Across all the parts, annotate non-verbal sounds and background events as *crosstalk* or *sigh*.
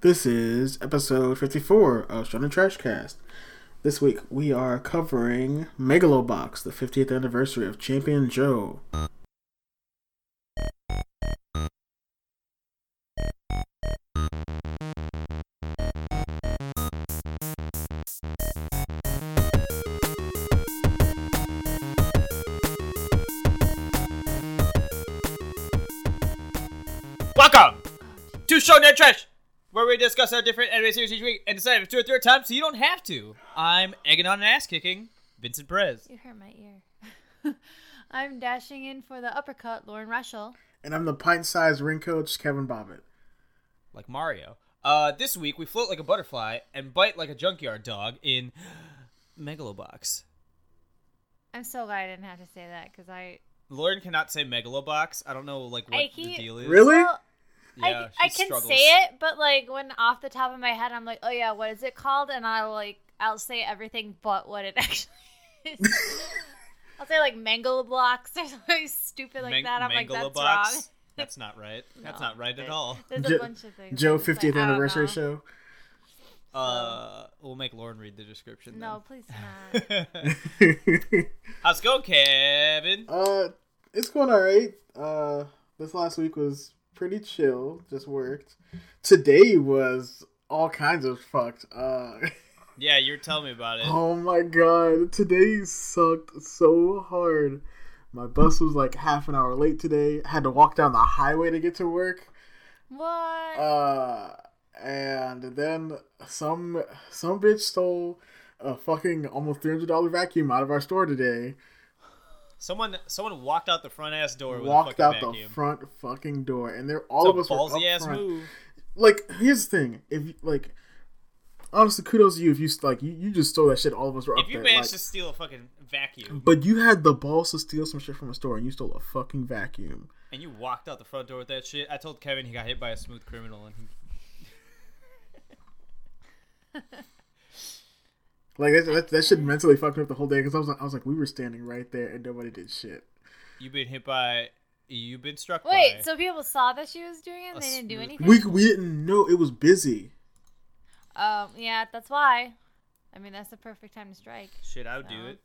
This is episode 54 of Shona Trashcast. This week we are covering Megalobox, the 50th anniversary of Champion Joe. Welcome to Shownet Trash, where we discuss our different anime series each week and decide if it's two or three at a time so you don't have to. I'm egging on and ass kicking Vincent Perez. You hurt my ear. *laughs* I'm dashing in for the uppercut, Lauren Russell. And I'm the pint sized ring coach, Kevin Bobbitt. Like Mario. Uh, this week, we float like a butterfly and bite like a junkyard dog in Megalobox. I'm so glad I didn't have to say that because I. Lauren cannot say Megalobox. I don't know like what I the keep- deal is. Really? Well, Yeah, I, I she can struggles. say it, but like when off the top of my head, I'm like, oh yeah, what is it called? And I'll like, I'll say everything but what it *laughs* actually *laughs* is. I'll say like mangle blocks or something stupid like Mang- that. I'm like, that's Mangalobox? wrong. *laughs* That's not *laughs* right. That's No, not right at but all. There's Jo- a bunch of things. Joe I'm just like, 50th I don't anniversary know. show. Uh, we'll make Lauren read the description. Um, No, *laughs* please not. Then. How's it going, Kevin? *laughs* uh, it's going alright. Uh, this last week was pretty chill, just worked. Today was all kinds of fucked. Uh, *laughs* Yeah, you were telling me about it. Oh my god, today sucked so hard. My bus was like half an hour late today. had to walk down the highway to get to work. what? Uh and then some some bitch stole a fucking almost $300 vacuum out of our store today. Someone someone walked out the front ass door with Walked a out fucking the vacuum. front fucking door and they're all of us it's a were up ballsy ass front. move. Like here's the thing, if like honestly kudos to you if you like you, you just stole that shit all of us were If up you there. managed like- to steal a fucking vacuum But you had the balls to steal some shit from a store, and you stole a fucking vacuum. and you walked out the front door with that shit, I told Kevin he got hit by a smooth criminal and he Like that, that, that shit mentally fucked me up the whole day because I was like, I was like, we were standing right there and nobody did shit. you been hit by you've been struck Wait, by so people saw that she was doing it and A they didn't do smooth- anything? We we didn't know it was busy. Um, yeah, that's why. I mean, that's the perfect time to strike. shit, I would do No. it.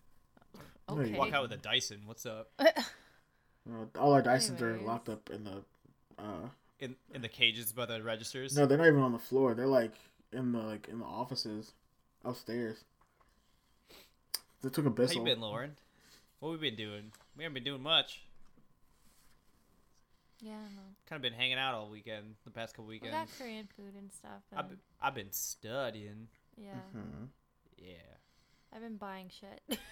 No, you Okay. Walk out with a Dyson, what's up? Uh, all our Dysons are Anyways. locked up in the. Uh, In in the cages by the registers. no, they're not even on the floor. They're like in the like in the offices, upstairs. They took a How you pistol. been, Lauren? What we been doing? We haven't been doing much. Yeah, I know. Kind of been hanging out all weekend, the past couple We weekends. got Korean food and stuff. I've and- been, Mm-hmm. I've been studying. yeah, Mhm. Yeah. I've been buying shit. *laughs*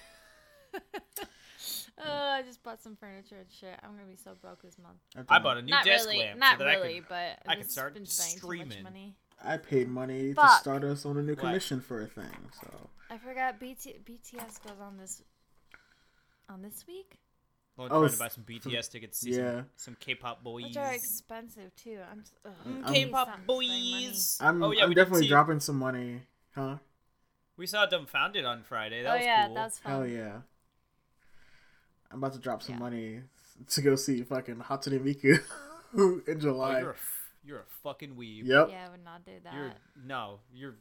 Mm-hmm. Oh, I just bought some furniture and shit. I'm gonna be so broke this month. I bought a new not desk really, lamp. so not that I could- really, but I I've could just start been spending Too streaming. much money. I paid money to Fuck. start us on a new What? commission for a thing. So I forgot BT- BTS goes on this on this week, Well, Oh, trying s- to buy some BTS tickets, see yeah. some, some K-pop boys. which are expensive too. I'm just, ugh, Mm, I'm- please K-pop stop spending money. boys. I'm, oh yeah, I'm we did definitely see- dropping some money, huh? We saw Dumbfounded on Friday. That oh was yeah, cool. that was fun. Hell yeah. I'm about to drop some Yeah. money to go see fucking Hatsune Miku *laughs* in Oh, July. you're a f- you're a fucking weeb. yep. Yeah, I would not do that. You're no, you're.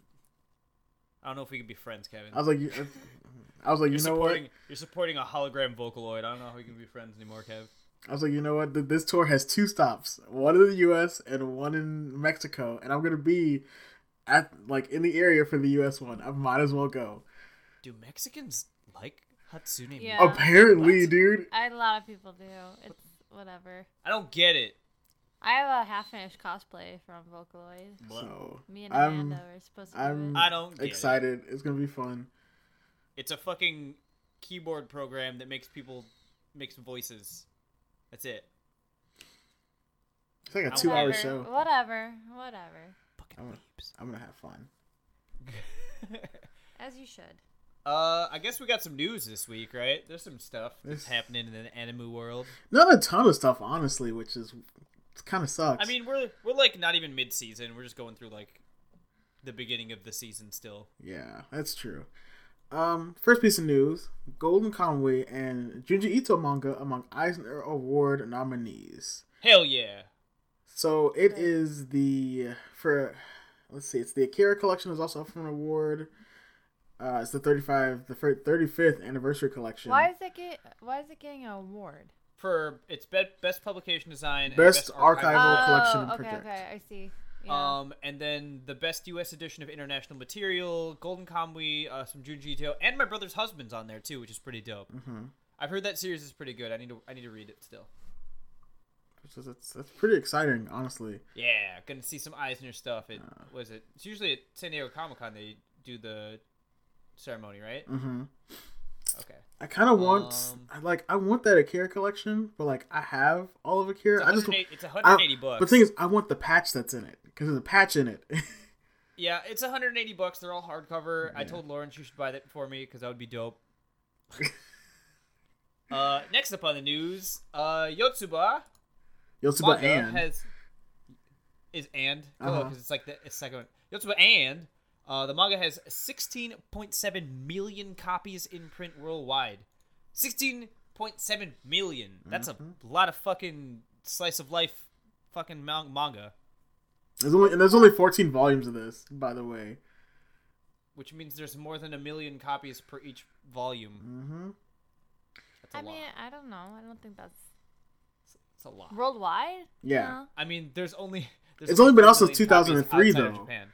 I don't know if we could be friends, Kevin. I was like, you- uh, I was like, you you're know supporting what? you're supporting a hologram Vocaloid. I don't know how we can be friends anymore, Kev. I was like, you know what? Th- This tour has two stops, one in the U.S. and one in Mexico, and I'm gonna be at like in the area for the U.S. one. I might as well go. Do Mexicans like Hatsune? Miku? Yeah. Apparently, What? dude. I, a lot of people do. It's whatever. I don't get it. I have a half finished cosplay from Vocaloid. So Me and I'm- Amanda were supposed to I'm do it. I don't get it. excited. It's gonna be fun. It's a fucking keyboard program that makes people makes voices. That's it. It's like a I'm two-hour whatever, show. Whatever, whatever. Fucking I'm gonna, weebs. I'm gonna have fun. As you should. *laughs* Uh, I guess we got some news this week, right? There's some stuff that's This- happening in the anime world. Not a ton of stuff, honestly, which is kind of sucks. I mean, we're we're like not even mid season. We're just going through like the beginning of the season still. yeah, that's true. Um, first piece of news: Golden Conway and Junji Ito manga among Eisner Award nominees. Hell yeah! So it Right. is the for Let's see. It's the Akira collection is also up for an award. Uh, it's the 35, the fir- 35th anniversary collection. Why is it get, Why is it getting an award? for its be- best publication design, Best and best archival. archival- Bible collection Oh, okay, project. okay, I see. Yeah. Um, and then the best U.S. edition of international material, Golden Kamuy, uh, some Junji Ito, and my brother's husband's on there too, which is pretty dope. Mm-hmm. I've heard that series is pretty good. I need to I need to read it still. Which is, it's, that's pretty exciting, honestly. Yeah, gonna see some Eisner stuff. It Uh. was it. It's usually at San Diego Comic Con they do the ceremony, right? hmm Okay. I kind of want, Um, I like, I want that Akira collection, but like, I have all of Akira. I just, 108 it's I, 180 bucks. but the thing is, I want the patch that's in it because there's a patch in it. *laughs* yeah, it's 180 bucks. They're all hardcover. I told Lauren she should buy that for me because that would be dope. *laughs* uh, next up on the news, uh, Yotsuba Yotsuba manga and has is and oh Uh-huh. because it's like the it's second one. Yotsuba and uh, the manga has 16.7 million copies in print worldwide. 16.7 million. That's Mm-hmm. a lot of fucking slice of life fucking man- manga, there's only and there's only 14 volumes of this, by the way. which means there's more than a million copies per each volume. hmm That's a I lot. mean, I don't know. I don't think that's It's a lot. worldwide. Yeah. No. I mean, there's only there's It's only been out since 3 million copies 2003 outside of though. Japan.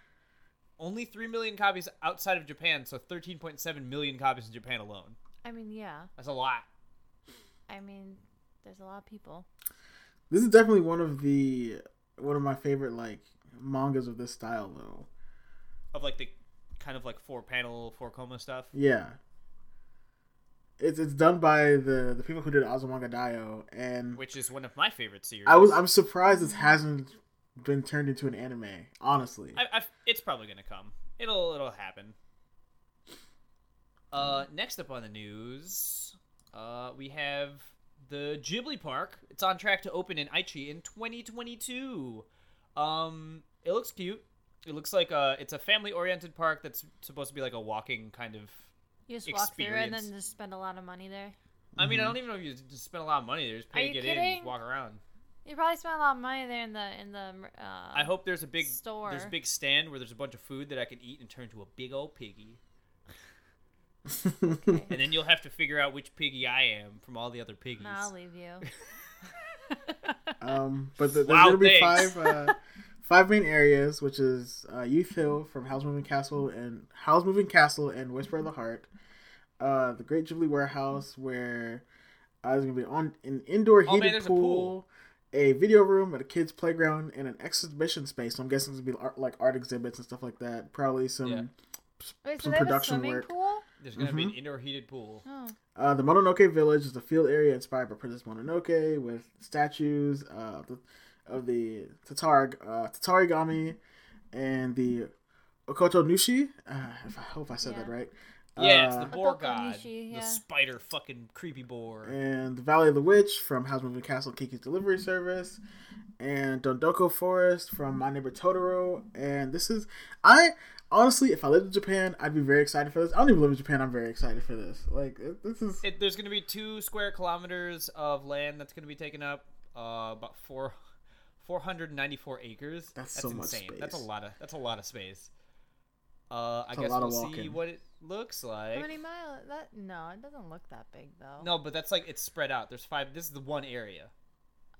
Only three million copies outside of Japan, so 13.7 million copies in Japan alone. I mean, yeah. That's a lot. I mean, there's a lot of people. This is definitely one of the one of my favorite like mangas of this style though. of like the kind of like four panel four coma stuff. Yeah. It's it's done by the the people who did Azumanga Daioh and Which is one of my favorite series. I was I'm surprised this hasn't been turned into an anime, honestly. *laughs* I, *laughs* I, it's probably gonna come. It'll it'll happen. Uh, next up on the news, uh, we have the Ghibli Park. It's on track to open in Aichi in 2022. Um, it looks cute. It looks like uh, it's a family-oriented park that's supposed to be like a walking kind of. You just walk through and then Experience. just spend a lot of money there. I mean, I don't even know if you just spend a lot of money there. Just pay Mm-hmm. Are to you get in, and kidding? just walk around. You probably spend a lot of money there in the in the. Uh, I hope there's a big store. There's a big stand where there's a bunch of food that I can eat and turn to a big old piggy, and then you'll have to figure out which piggy I am from all the other piggies. Nah, I'll leave you. *laughs* um but the, there's Wow, going to be thanks. five *laughs* uh five main areas, which is uh Youth Hill from House Moving Castle and House Moving Castle and Whisper of the Heart. Uh the Great Ghibli Warehouse where uh, there's going to be on an indoor Oh, man, heated there's a pool. pool. A video room at a kids' playground and an exhibition space. So I'm guessing it's gonna be art, like art exhibits and stuff like that. Probably some Yeah. Wait, so Some they have a production swimming work. pool? There's gonna be an Mm-hmm. indoor heated pool. Oh. Uh, the Mononoke Village is a field area inspired by Princess Mononoke with statues uh, of the, of the Tatar, uh, Tatarigami and the Okoto Nushi. Uh, if I hope I said that Yeah. right. yeah, it's the Uh, boar Otoko god, Nishi, yeah. the spider fucking creepy boar. and the Valley of the Witch from House Moving Castle Kiki's Delivery Service, and Dondoko Forest from My Neighbor Totoro. And this is, I honestly, if I lived in Japan, I'd be very excited for this. I don't even live in Japan. I'm very excited for this. Like it- this is It, there's gonna be two square kilometers of land that's gonna be taken up. Uh, about four. 494 acres. That's so much insane. That's a space. lot of that's a lot of space. Uh, I It's a guess lot we'll of see walking. what it looks like. How many miles? That no, it doesn't look that big though. No, but that's like it's spread out. There's five. This is the one area.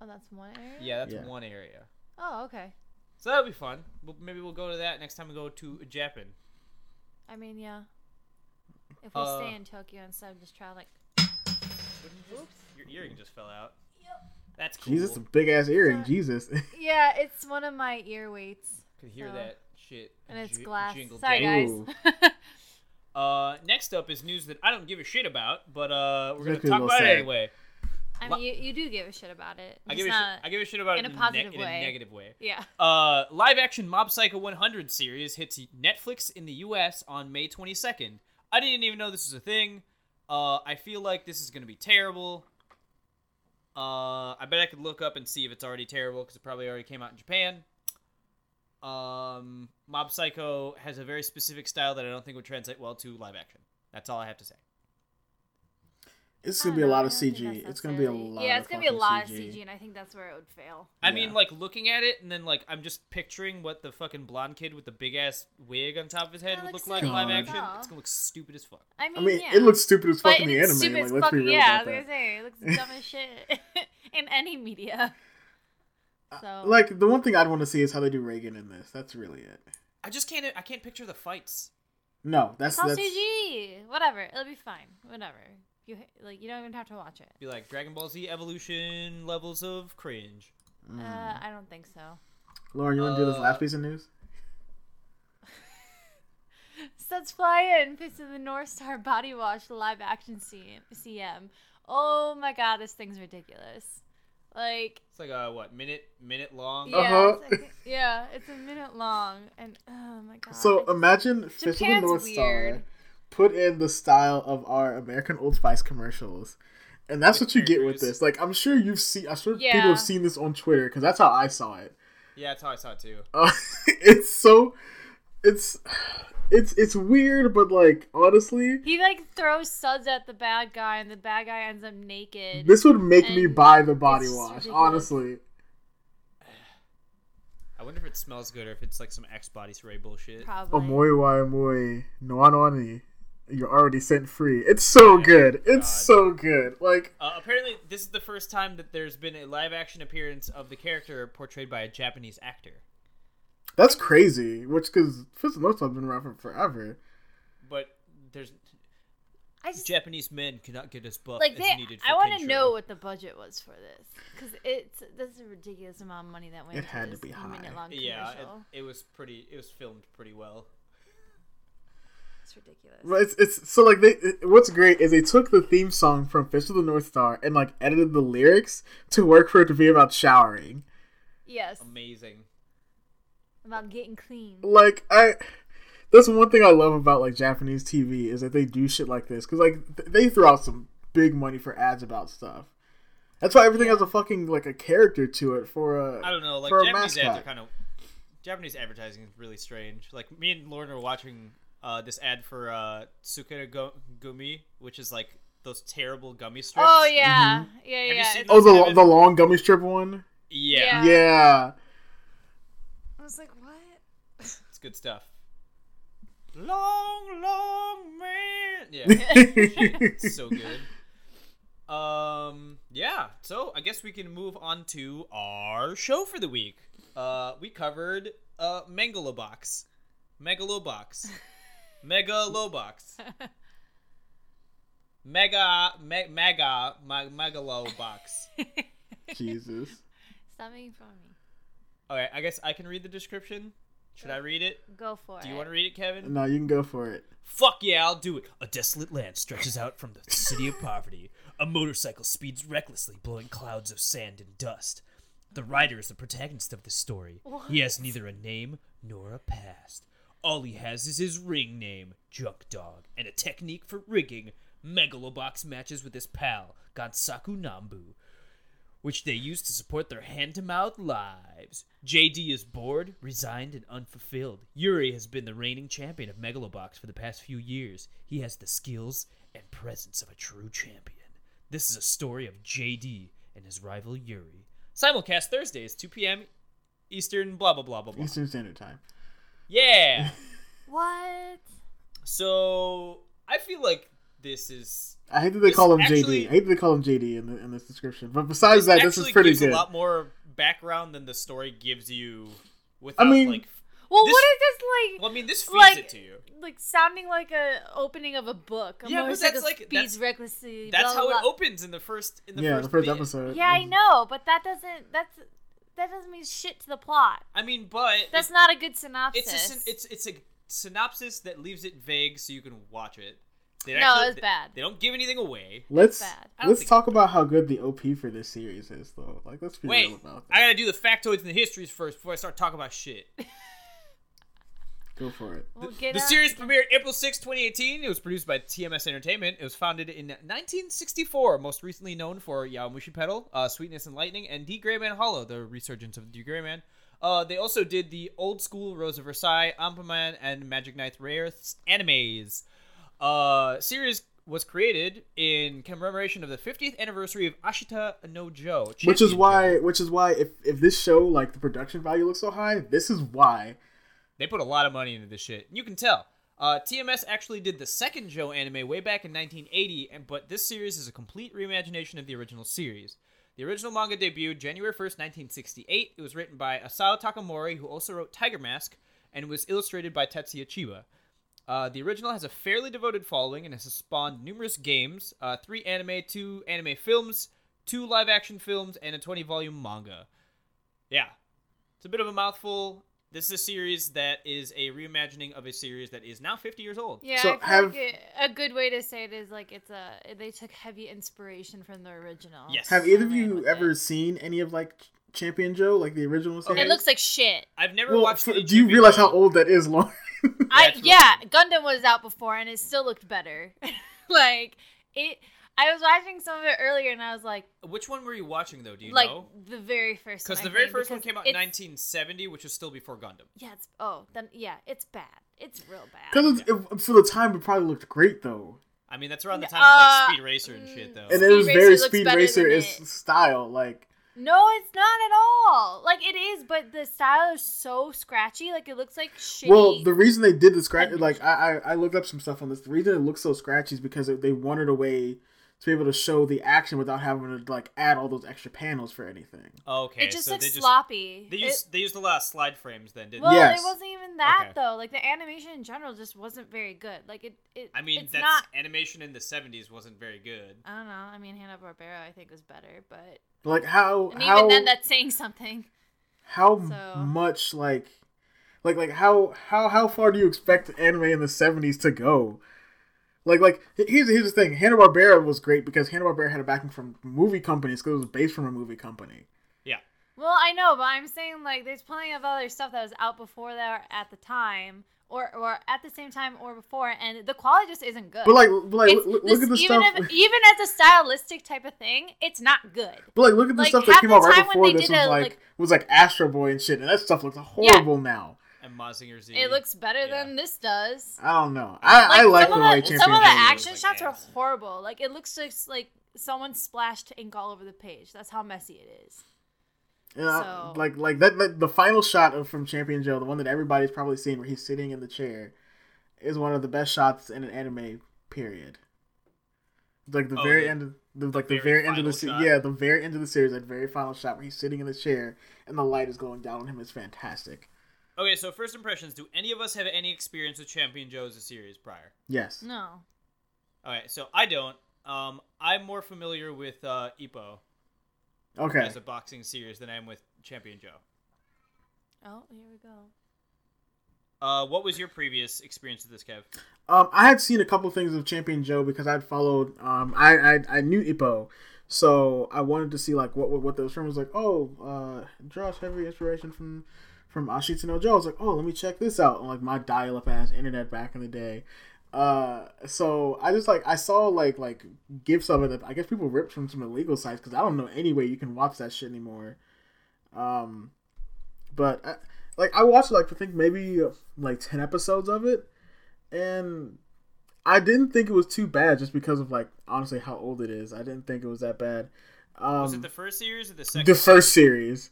Oh, that's one area. Yeah, that's Yeah. one area. Oh, okay. So that'll be fun. We'll, maybe we'll go to that next time we go to Japan. I mean, yeah. If we Uh, stay in Tokyo instead of just traveling. Oops. Your earring just fell out. Yep. That's cool. Jesus, a big ass earring. Uh, Jesus. *laughs* Yeah, it's one of my ear weights, Could hear So- that shit. and it's ji- glass. jingle Sorry, jangle. guys. Ooh. Uh, next up is news that I don't give a shit about, but uh, we're gonna Make me a talk little about it sad. anyway. *laughs* I Lo- mean, you, you do give a shit about it. I just give a not, shit. I give a shit about in it a in, positive in a way. negative way. Yeah. Uh, live action Mob Psycho 100 series hits Netflix in the US on May 22nd. I didn't even know this was a thing. Uh, I feel like this is going to be terrible. Uh, I bet I could look up and see if it's already terrible because it probably already came out in Japan. Um, Mob Psycho has a very specific style that I don't think would translate well to live action. That's all I have to say. It's I gonna don't be a know, I lot of don't think CG. that's It's gonna be a necessarily- lot. Yeah, it's of gonna be a fucking lot of CG, and I think that's where it would fail. I Yeah. mean, like looking at it, and then like I'm just picturing what the fucking blonde kid with the big ass wig on top of his head That would looks look like so in live dumb. action. Oh. It's gonna look stupid as fuck. I mean, I mean, yeah. it looks stupid as fuck But in the it's anime. stupid Like, as let's fuck. be real Yeah, I about was gonna that. say it looks dumb as shit *laughs* in any media. *laughs* So Like the one thing I'd want to see is how they do Reagan in this. That's really it. I just can't. I can't picture the fights. No, that's it's all that's. CG. Whatever, it'll be fine. Whatever. You like, you don't even have to watch it. Be like Dragon Ball Z Evolution levels of cringe. Mm. Uh, I don't think so. Lauren, you want to do this uh, last piece of news? Suds Fly in Fist of the North Star Body Wash live action CM. CM. Oh my god, this thing's ridiculous. Like, It's like a what minute minute long. yeah, Uh-huh. it's, like- yeah, it's a minute long, and oh my god. So um I just- imagine Fish of the Japan's North Star weird. put in the style of our American Old Spice commercials. And that's With what you get with characters. this. Like I'm sure you've seen I'm sure Yeah. people have seen this on Twitter because that's how I saw it. Yeah, that's how I saw it too. Uh, *laughs* it's so it's it's it's weird, but like honestly, he like throws suds at the bad guy, and the bad guy ends up naked. this would make me And buy the body it's just wash, ridiculous. honestly. I wonder if it smells good or if it's like some X body spray bullshit. Probably. Omoy wa moi noanoni. You're already sent free. It's so Oh good. It's God. so good. Like Uh, apparently, this is the first time that there's been a live action appearance of the character portrayed by a Japanese actor. that's crazy. Which because Fist of the North Star's been around for forever. But there's I just Japanese men cannot get as buff like as they, needed. For I want Kensho. to know what the budget was for this because it's this is a ridiculous amount of money that went. It into had to this be high. Minute long commercial. Yeah, it, it was pretty. It was filmed pretty well. it's ridiculous. But it's it's so like they. it- what's great is they took the theme song from Fish of the North Star and like edited the lyrics to work for it to be about showering. Yes, Amazing. about getting clean. like I that's one thing I love about like Japanese TV is that they do shit like this cuz like th- they throw out some big money for ads about stuff. That's why everything has a fucking like a character to it for a I don't know. Like for a Japanese ads are mascot. kind of Japanese advertising is really strange. Like me and Lauren were watching uh, this ad for uh, Tsukere Go- Gumi, which is like those terrible gummy strips. Oh yeah, yeah, Have you yeah. seen It's- Oh the Kevin- the long gummy strip one? yeah, Yeah. Yeah. I was like, what? it's good stuff. Long, long man. *laughs* Yeah, it's so good. Um, yeah. So I guess we can move on to our show for the week. Uh, we covered uh Megalobox, Megalobox, Megalobox, Mega, me- Mega, me- Megalobox. Jesus. Stop making fun of me. All right. I guess I can read the description. Should I read it? Go for Do it. you want to read it, Kevin? No, you can go for it. Fuck yeah, I'll do it. A desolate land stretches out from the city of poverty. A motorcycle speeds recklessly, blowing clouds of sand and dust. The rider is the protagonist of this story. He has neither a name nor a past. All he has is his ring name, Junk Dog, and a technique for rigging megalobox matches with his pal, Gansaku Nambu, which they use to support their hand to mouth lives. JD is bored, resigned, and unfulfilled. Yuri has been the reigning champion of Megalobox for the past few years. He has the skills and presence of a true champion. This is a story of JD and his rival Yuri. Simulcast Thursdays, 2 p.m. Eastern, blah, blah, blah, blah, blah. Eastern Standard Time. Yeah! What? so, I feel like this is. I hate that they This call him actually- JD. I hate that they call him JD in the, in this description. But besides that, this is actually pretty gives good. a lot more background than the story gives you I without, mean- like. Well, This- what is this like? Well, I mean, this feeds Like- it to you. Like sounding like a opening of a book. A Yeah, but that's motorcycle like- speeds that's- recklessly. That's blah, how blah, it opens in the first in the yeah, first, the first bit. blah. episode. Yeah, I know, but that doesn't. That's that doesn't mean shit to the plot. I mean, but That's it- not a good synopsis. it's a syn- it's it's a synopsis that leaves it vague so you can watch it. They No, actually- it's they- bad. They don't give anything away. Let's bad. I don't let's think talk about how good the OP for this series is, though. Like, let's be Wait, real about I that. gotta do the factoids and the histories first before I start talking about shit. Go for it. We'll get The out- series premiered April 6, 2018. It was produced by TMS Entertainment. It was founded in 1964, most recently known for Yamushi Pedal, uh, Sweetness and Lightning, and D. Gray Man Hollow, the resurgence of D. Gray Man. Uh, they also did the old school Rose of Versailles, Amperman, and Magic Knight Rare th- animes. Uh, series was created in commemoration of the 50th anniversary of Ashita no Joe, which is Champion Joe. why which is why if if this show like the production value looks so high, this is why. they put a lot of money into this shit. You can tell. Uh, TMS actually did the second Joe anime way back in 1980, and but this series is a complete reimagination of the original series. The original manga debuted January 1st, 1968. It was written by Asao Takamori, who also wrote Tiger Mask, and was illustrated by Tetsuya Chiba. Uh, the original has a fairly devoted following and has spawned numerous games, uh, three anime, two anime films, two live action films, and a 20 volume manga. Yeah, it's a bit of a mouthful. This is a series that is a reimagining of a series that is now 50 years old. Yeah, So I feel have- like it- a good way to say it is like it's a they took heavy inspiration from the original. Yes. Have either of and ran you with ever It. seen any of like Ch- Champion Joe, like the original series? it looks *laughs* like shit. I've never well, watched. f- any do you Champion realize Joe. how old that is, *laughs* Lauren? I That's what- yeah, Gundam was out before and it still looked better. *laughs* like it. I was watching some of it earlier and I was like, Which one were you watching though? Do you like know? the very first. Because one, the I very think, first one because came out in it's- 1970, which was still before Gundam. Yeah, it's oh then yeah, it's bad. It's real bad. Because for the time, it probably looked great though, I mean, that's around the N- time of uh, mm. like Speed Racer and shit, though. and Speed it was Racer very looks Speed better Racer than is it. style. Like No, it's not at all. Like it is, but the style is so scratchy. Like it looks like shitty. Well, the reason they did the scratch, Had like I, I I looked up some stuff on this. The reason it looks so scratchy is because they wanted a way to be able to show the action without having to like add all those extra panels for anything. okay, it just so looks they just sloppy. they It- used they used a lot of slide frames then, didn't well, they? Yes. it wasn't even that Okay. though. Like the animation in general just wasn't very good. Like it. it I mean, it's that's not. animation in the 70s wasn't very good. I don't know. I mean, Hanna Barbera I think was better, but Like how and how even then, that's saying something. how so- much like like like how how how far do you expect anime in the seventies to go? Like like here's here's the thing. Hanna Barbera was great because Hanna Barbera had a backing from movie companies because it was based from a movie company. Yeah. Well, I know, but I'm saying like there's plenty of other stuff that was out before that or at the time, or or at the same time or before, and the quality just isn't good. But like but like It's- look, this- look at the even stuff. if, even as a stylistic type of thing, it's not good. But like, look at the Like, stuff half that came the out right time when before they this was did a, like, like- was like Astro Boy and shit, and that stuff looks horrible now. And Mazinger Z. It looks better Mm-hmm. Yeah. than this does. I don't know. I I like some the of way the, some of Champion the Joe is. action like shots are ass. horrible. Like it looks just like someone splashed ink all over the page. That's how messy it is. You know, so- Like like that, that the final shot of from Champion Joe, the one that everybody's probably seen where he's sitting in the chair, is one of the best shots in an anime period. Like the Oh, very the- end, of, the, like the very very end of the final se- shot. yeah, the very end of the series, that very final shot where he's sitting in the chair and the light is going down on him is fantastic. Okay, so first impressions. Do any of us have any experience with Champion Joe as a series prior? Yes. No. All right, so I don't. Um, I'm more familiar with uh, Ippo Okay. as a boxing series than I am with Champion Joe. Oh, here we go. Uh, what was your previous experience with this, Kev? Um, I had seen a couple things of Champion Joe because I'd followed. Um, I I, I knew Ippo, so I wanted to see like what what, what those from was like. Oh, uh, draws heavy inspiration from from Ashita no Joe. I was like, oh, let me check this out on like my dial up ass internet back in the day. Uh, so I just like I saw like like gifs of it that I guess people ripped from some illegal sites because I don't know any way you can watch that shit anymore. Um, but I, like I watched like I think maybe uh, like ten episodes of it and I didn't think it was too bad just because of like honestly how old it is. I didn't think it was that bad. Um, Was it the first series or the second? the first series,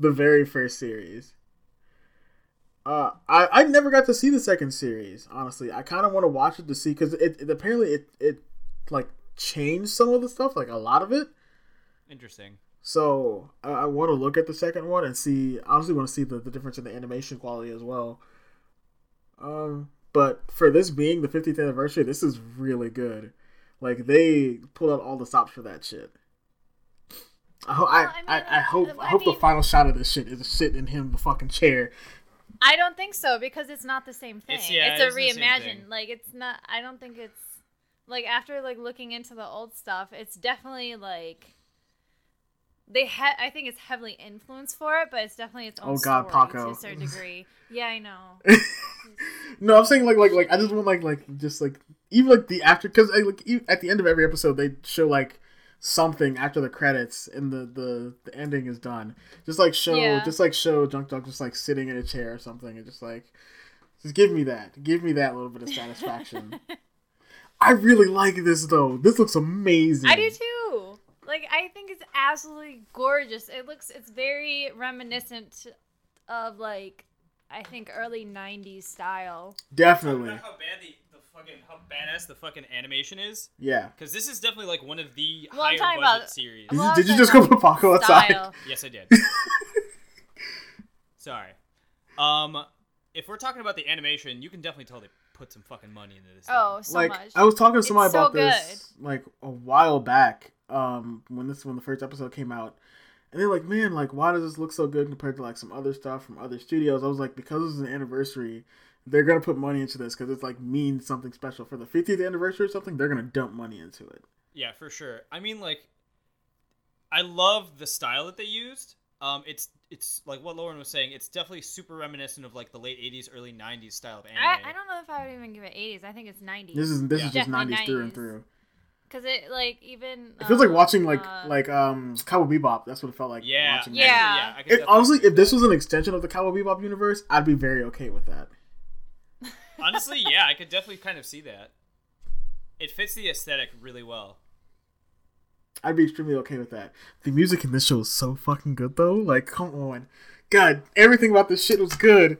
the very first series. Uh, I I never got to see the second series. Honestly, I kind of want to watch it to see because it, it apparently it it like changed some of the stuff, like a lot of it. Interesting. So I, I want to look at the second one and see. I honestly, want to see the, the difference in the animation quality as well. Um, but for this being the 50th anniversary, this is really good. Like they pulled out all the stops for that shit. I, ho- I, Well, I mean, I, I hope I I hope the mean- final shot of this shit is sitting in him the fucking chair. I don't think so because it's not the same thing. It's- It's, yeah, it a isn't the same reimagine. thing. Like it's not. I don't think it's like after like looking into the old stuff. It's definitely like they. He- I think it's heavily influenced for it, but it's definitely its Oh, own God, story Paco. to a certain degree. Yeah, *laughs* I know. No, I'm saying like like like I just want like like just like even like the after because like e- at the end of every episode they show like something after the credits and the the, the ending is done. Just like show Yeah. just like show Junk Dog just like sitting in a chair *laughs* or something and just like just give me that give me that little bit of satisfaction. I really like this though. This looks amazing. I do too. Like I think it's absolutely gorgeous. It looks it's very reminiscent of like I think early '90s style. Definitely. how bad the, the fucking how badass the fucking animation is. Yeah. Because this is definitely like one of the Well, I'm higher budget talking about- series. Did Well, you, I did was you like, just go put Paco outside? Style. Yes, I *laughs* did. Sorry. Um, if we're talking about the animation, you can definitely tell they put some fucking money into this. Oh, thing. so like much. I was talking to somebody It's so about this like a while back, um, when this when the first episode came out, and they're like, "Man, like, why does this look so good compared to like some other stuff from other studios?" I was like, "Because this is an anniversary, they're gonna put money into this because it's like means something special for the 50th anniversary or something. They're gonna dump money into it." yeah, for sure. I mean, like, I love the style that they used. Um, it's it's like what Lauren was saying. It's definitely super reminiscent of like the late '80s, early '90s style of anime. I, I don't know if I would even give it 80s. I think it's 90s. This is this Yeah. is just Definitely 90s, through and 90s. through. Cause it like even It feels like um, watching like uh, like um Cowboy Bebop. That's what it felt like. yeah, watching actually, that. Yeah. I could If, definitely honestly, agree if with this that. was an extension of the Cowboy Bebop universe, I'd be very okay with that. honestly, yeah, I could definitely kind of see that. It fits the aesthetic really well. I'd be extremely okay with that. The music in this show is so fucking good though. Like, come on. God, everything about this shit was good.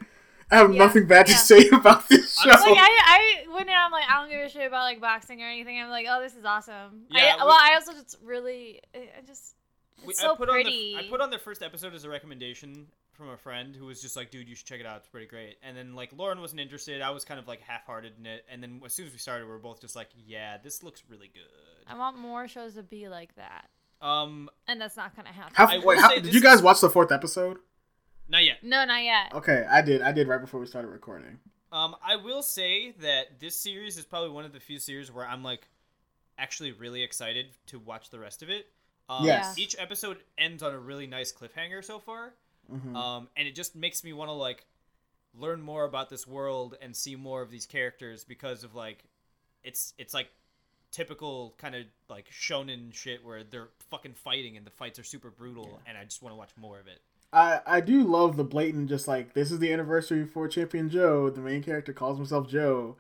I have Yeah, nothing bad yeah. to say *laughs* about this show. Honestly, like I, I went in. I'm like, I don't give a shit about like boxing or anything. I'm like, oh, this is awesome. Yeah, I, we- well, I also just really, I I just, it's We- so I put pretty. On the, I put on their first episode as a recommendation from a friend who was just like, "Dude, you should check it out. It's pretty great." And then like Lauren wasn't interested. I was kind of like half-hearted in it. And then as soon as we started, we were both just like, "Yeah, this looks really good." I want more shows to be like that, Um, and that's not gonna happen. How- I will wait, how- say did this you guys is- watch the fourth episode? not yet. no, not yet. Oh. Okay, I did. I did right before we started recording. Um, I will say that this series is probably one of the few series where I'm like actually really excited to watch the rest of it. Um, Yes. Each episode ends on a really nice cliffhanger so far. Mhm. um, and it just makes me want to like learn more about this world and see more of these characters because of like it's it's like typical kind of like shonen shit where they're fucking fighting and the fights are super brutal and i just want to watch more of it I I do love the blatant just like this is the anniversary for Champion Joe. The main character calls himself Joe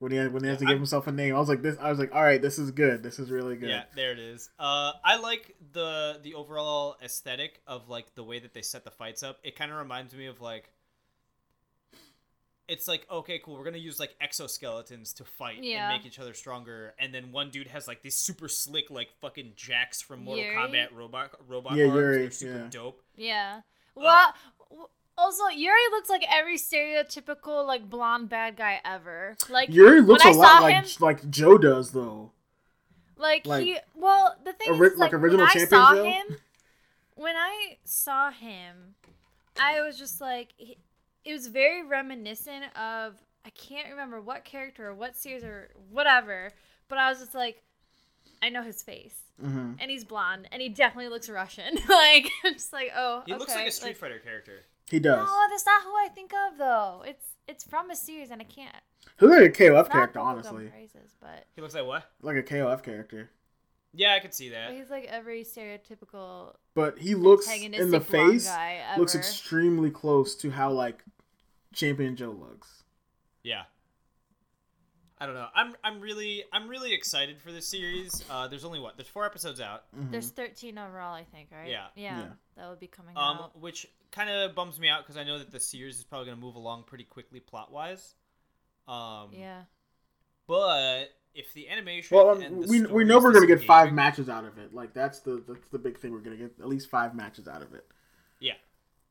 when he when he has to Yeah, I- give himself a name. I was like this. I was like, all right, this is good. This is really good. yeah there it is uh i like the the overall aesthetic of like the way that they set the fights up it kind of reminds me of like it's like okay cool we're gonna use like exoskeletons to fight Yeah. and make each other stronger and then one dude has like these super slick like fucking jacks from mortal Yuri? kombat robot robot Yeah, arms Yuri, they're super yeah. dope Uh, Yeah. Well, w- also Yuri looks like every stereotypical like blonde bad guy ever. Like Yuri looks when a I lot saw like him, like Joe does though. Like, Like- he, well, the thing Ori- is, like, like, original when I Champions saw Hill? him, when I saw him, I was just like, he, it was very reminiscent of I can't remember what character or what series or whatever, but I was just like, I know his face, hmm and he's blonde, and he definitely looks Russian. *laughs* like, I'm just like, oh, he looks like okay, a street fighter character He does. No, that's not who I think of though. It's it's from a series, and I can't. He looked like a KOF Not character, Bubblegum honestly. Raises, but he looks like what Like a KOF character. yeah i could see but that he's like every stereotypical But he looks in the antagonistic blonde face guy ever. looks extremely close to how like Champion Joe looks. Yeah. I don't know. I'm I'm really I'm really excited for this series. Uh, there's only what there's four episodes out, Mhm. There's 13 overall, I think, right? Yeah. Yeah. Yeah. That would be coming um, out. which kind of bums me out because I know that the series is probably gonna move along pretty quickly plot wise. Um, Yeah. But if the animation, Well, um, and the we, we story know is we're gonna get disengaging- five matches out of it. Like that's the that's the big thing. We're gonna get at least five matches out of it. Yeah.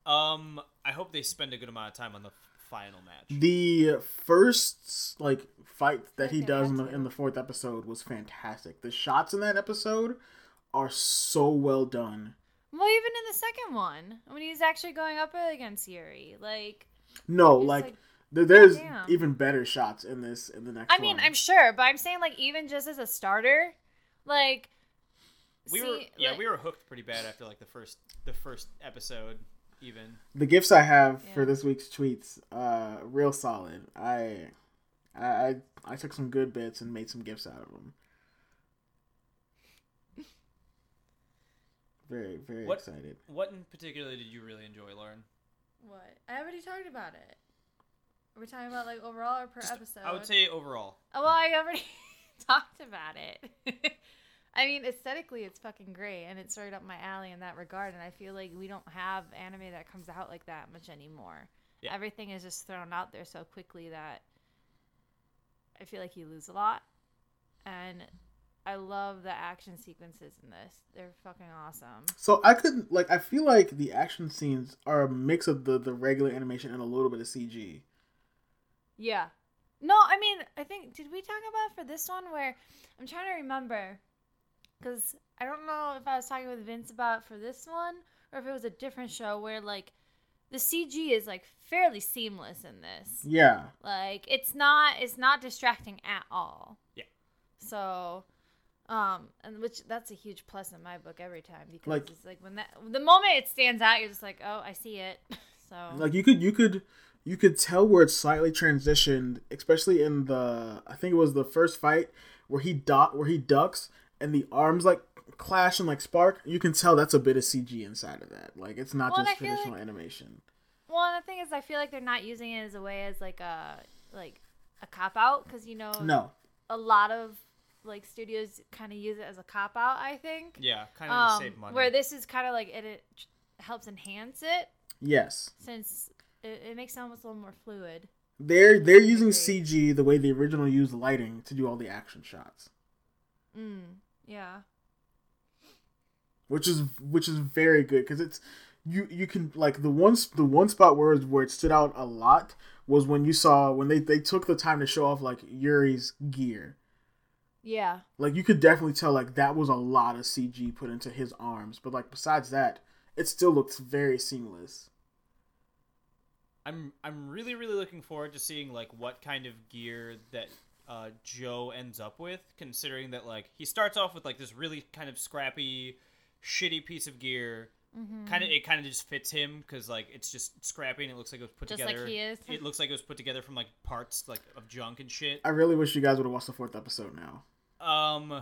Um, I hope they spend a good amount of time on the final match. The first like fight that he Okay, does in the that's in the fourth episode was fantastic. The shots in that episode are so well done. Well, even in the second one, when he's actually going up against Yuri, like, No, It's like, like, th- there's goddamn. even better shots in this in the next. I mean, one. I'm sure, but I'm saying, like, even just as a starter, like, We see, were yeah like- we were hooked pretty bad after like the first the first episode even. the gifts I have for Yeah. this week's tweets, uh, real solid. I, I, I, I took some good bits and made some gifts out of them. Very, very What- excited. What in particular did you really enjoy, Lauren? What? I already talked about it. Are we talking about, like, overall or per episode? I would say overall. Oh, well, I already. *laughs* talked about it. *laughs* I mean, aesthetically, it's fucking great, and it's right up my alley in that regard. And I feel like we don't have anime that comes out like that much anymore. Yeah. Everything is just thrown out there so quickly that I feel like you lose a lot. And I love the action sequences in this; they're fucking awesome. So I couldn't like I feel like the action scenes are a mix of the the regular animation and a little bit of CG. Yeah. No, I mean, I think did we talk about for this one where I'm trying to remember because I don't know if I was talking with Vince about for this one or if it was a different show where like the CG is like fairly seamless in this. Yeah. Like it's not it's not distracting at all. Yeah. So um and which that's a huge plus in my book every time because Like- it's like when that the moment it stands out you're just like, "Oh, I see it." *laughs* So Like you could you could you could tell where it's slightly transitioned, especially in the I think it was the first fight where he dot where he ducks and the arms like clash and like spark. You can tell that's a bit of CG inside of that. Like it's not Well, and just I feel traditional like- animation. Well, and the thing is, I feel like they're not using it as a way as like a like a cop out because you know No. a lot of like studios kind of use it as a cop out. I think. Yeah, kind of Um, to save money. where this is kind of like it, it helps enhance it Yes. since it, it makes it almost a little more fluid. They're they're using Agreed. CG the way the original used lighting to do all the action shots, Mm, yeah. which is which is very good because it's you you can like the one s- the one spot where where it stood out a lot was when you saw when they they took the time to show off like Yuri's gear. Yeah. Like you could definitely tell like that was a lot of CG put into his arms, but like besides that, it still looks very seamless. I'm I'm really really looking forward to seeing like what kind of gear that uh, Joe ends up with, considering that like he starts off with like this really kind of scrappy, shitty piece of gear. Mm-hmm. Kind of it kind of just fits him because like it's just scrappy and it looks like it was put Just like together. he is. It looks like it was put together from like parts like of junk and shit. I really wish you guys would have watched the fourth episode now. Um,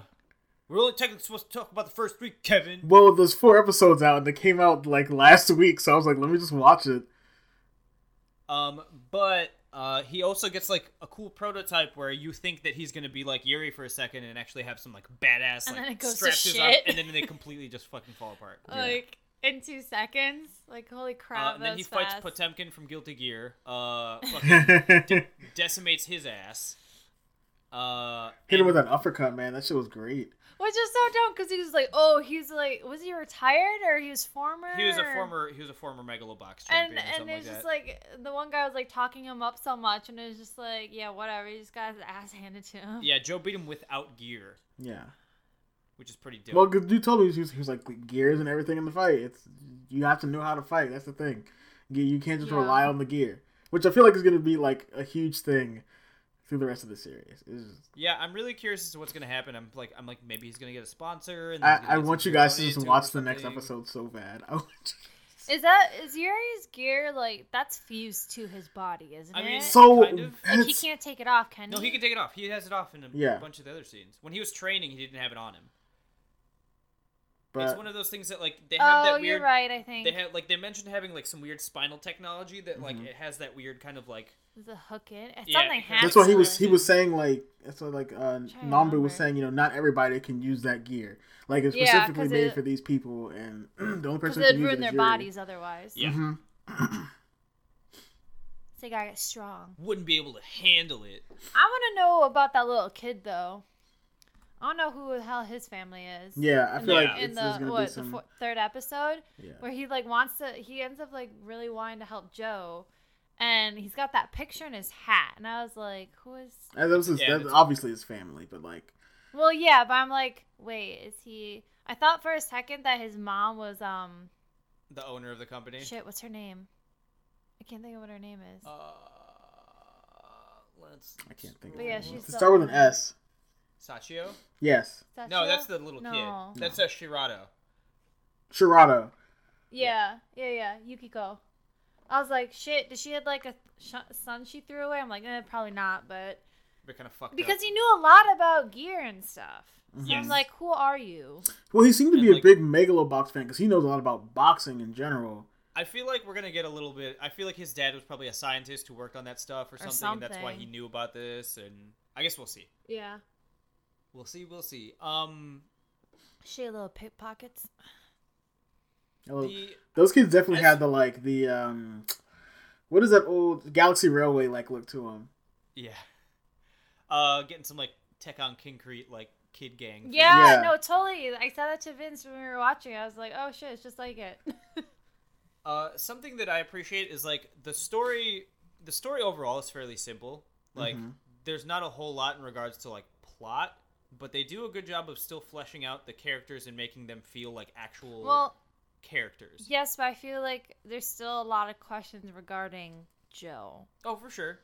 we're only technically supposed to talk about the first three, Kevin. Well, there's four episodes out and they came out like last week, so I was like, let me just watch it. *laughs* Um, but uh, he also gets like a cool prototype where you think that he's gonna be like Yuri for a second and actually have some like badass like And then it goes to straps his shit. and then they completely just fucking fall *laughs* apart. Uh, Like in two seconds. Like holy crap. and then he fast. fights Potemkin from Guilty Gear. *laughs* Uh, fucking decimates his ass. Uh, Hit him and- with that uppercut, man. That shit was great. Which is so dumb because he was like, oh, he's like, was he retired or he was former? He was a or- former he was a former Megalobox and champion or and something it's like just that. like the one guy was like talking him up so much, and it was just like, yeah, whatever. He just got his ass *laughs* handed to him. yeah, Joe beat him without gear, Yeah. which is pretty dope. Well, 'cause you told me he was, he was like gears and everything in the fight. It's you have to know how to fight. That's the thing. You, you can't just Yeah. rely on the gear, which I feel like is going to be like a huge thing through the rest of the series. It's just- Yeah, I'm really curious as to what's gonna happen. I'm like, I'm like, maybe he's gonna get a sponsor. And he's gonna I, I get want some you guys to donated just him watch or the next something. episode so bad. *laughs* I want Is that is Yuri's gear like that's fused to his body, isn't I mean, it? you- so *laughs* Kind of. like he that's- can't take it off, can No, he? he can take it off. He has it off in a Yeah. bunch of the other scenes. When he was training, he didn't have it on him. it's but one of those things that like they have oh, that you're weird. right. I think They had like they mentioned having like some weird spinal technology that like Mm-hmm. it has that weird kind of like the hook in. It's Yeah, something because- happened. that's what he Excellent. was he was saying like that's what like uh, to Nambu remember. was saying. You know, not everybody can use that gear. Like it's Yeah, specifically 'cause made it- for these people, and *clears throat* the only because person who it'd can use ruin it their is Yuri. bodies otherwise. Yeah. Mhm. So they gotta get strong. wouldn't be able to handle it. I want to know about that little kid though. I don't know who the hell his family is. Yeah, I in feel the, like in it's, the there's gonna what be some. the four, third episode yeah. where he like wants to he ends up like really wanting to help Joe and he's got that picture in his hat and I was like who is And that was his, Yeah, that's it's- obviously his family, but like, well yeah but I'm like wait is he I thought for a second that his mom was um The owner of the company. shit what's her name I can't think of what her name is Uh, let's. I can't think. But of yeah, it. she's To the start with an owner. S. Sachio? Yes, Is that No, Joe? that's the little No. kid. That's a Shirado. Shirado. yeah yeah yeah Yukiko I was like shit did she had like a sh- son she threw away I'm like eh, probably not but They're kind of fucked up. because he knew a lot about gear and stuff so Yes. I'm like who are you Well, he seemed to be And, a like- big Megalobox fan because he knows a lot about boxing in general. I feel like we're gonna get a little bit. I feel like his dad was probably a scientist who worked on that stuff or something, and that's why he something. knew about this. And I guess we'll see. yeah We'll see. We'll see. Um, She had little pickpockets. Oh, the Those kids definitely I- had the like the um, what is that old Galaxy Railway like look to them? yeah, uh, getting some like tech on concrete like kid gang. feel. Yeah. Yeah, no, totally. I saw that to Vince when we were watching. I was like, oh shit, it's just like it. Uh, something that I appreciate is like the story. The story overall is fairly simple. Like, Mhm. there's not a whole lot in regards to like plot, but they do a good job of still fleshing out the characters and making them feel like actual *laughs* well, characters. yes, but I feel like there's still a lot of questions regarding Joe. Oh, for sure.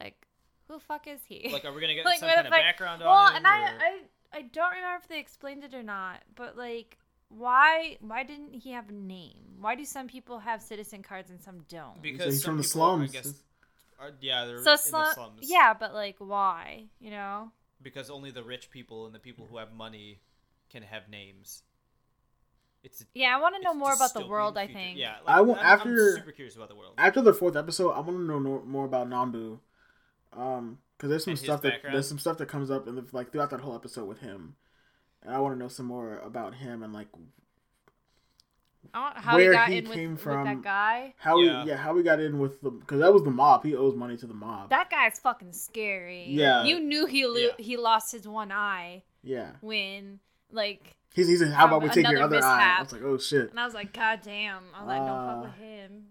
Like, who the fuck is he? Like, are we gonna get *laughs* Like, some what kind if of I- background well, on him? and I, or- I I don't remember if they explained it or not, but like, why why didn't he have a name? Why do some people have citizen cards and some don't? Because So he's some from the people are, I slums. guess- are- yeah, they're so in slum, the slums. yeah, but like, why? You know, Because only the rich people and the people who have money can have names. It's. yeah, I want to know it's more about the dystopian world. I future. think. Yeah. I will- am after- super curious about the world. After the fourth episode, I want to know no- more about Nambu, um, because there's some And his stuff that background? there's some stuff that comes up in the, like throughout that whole episode with him, and I want to know some more about him and like I want how Where he got he in with, came with from. that guy. how Yeah. we yeah how we got in with the because that was the mob. He owes money to the mob. That guy's fucking scary. Yeah. you knew he lo- Yeah. he lost his one eye yeah, when like, he's he's like, how about we From take your other another eye? I mishap. was like, oh shit. and I was like, god damn. I was like, don't Uh. fuck with him.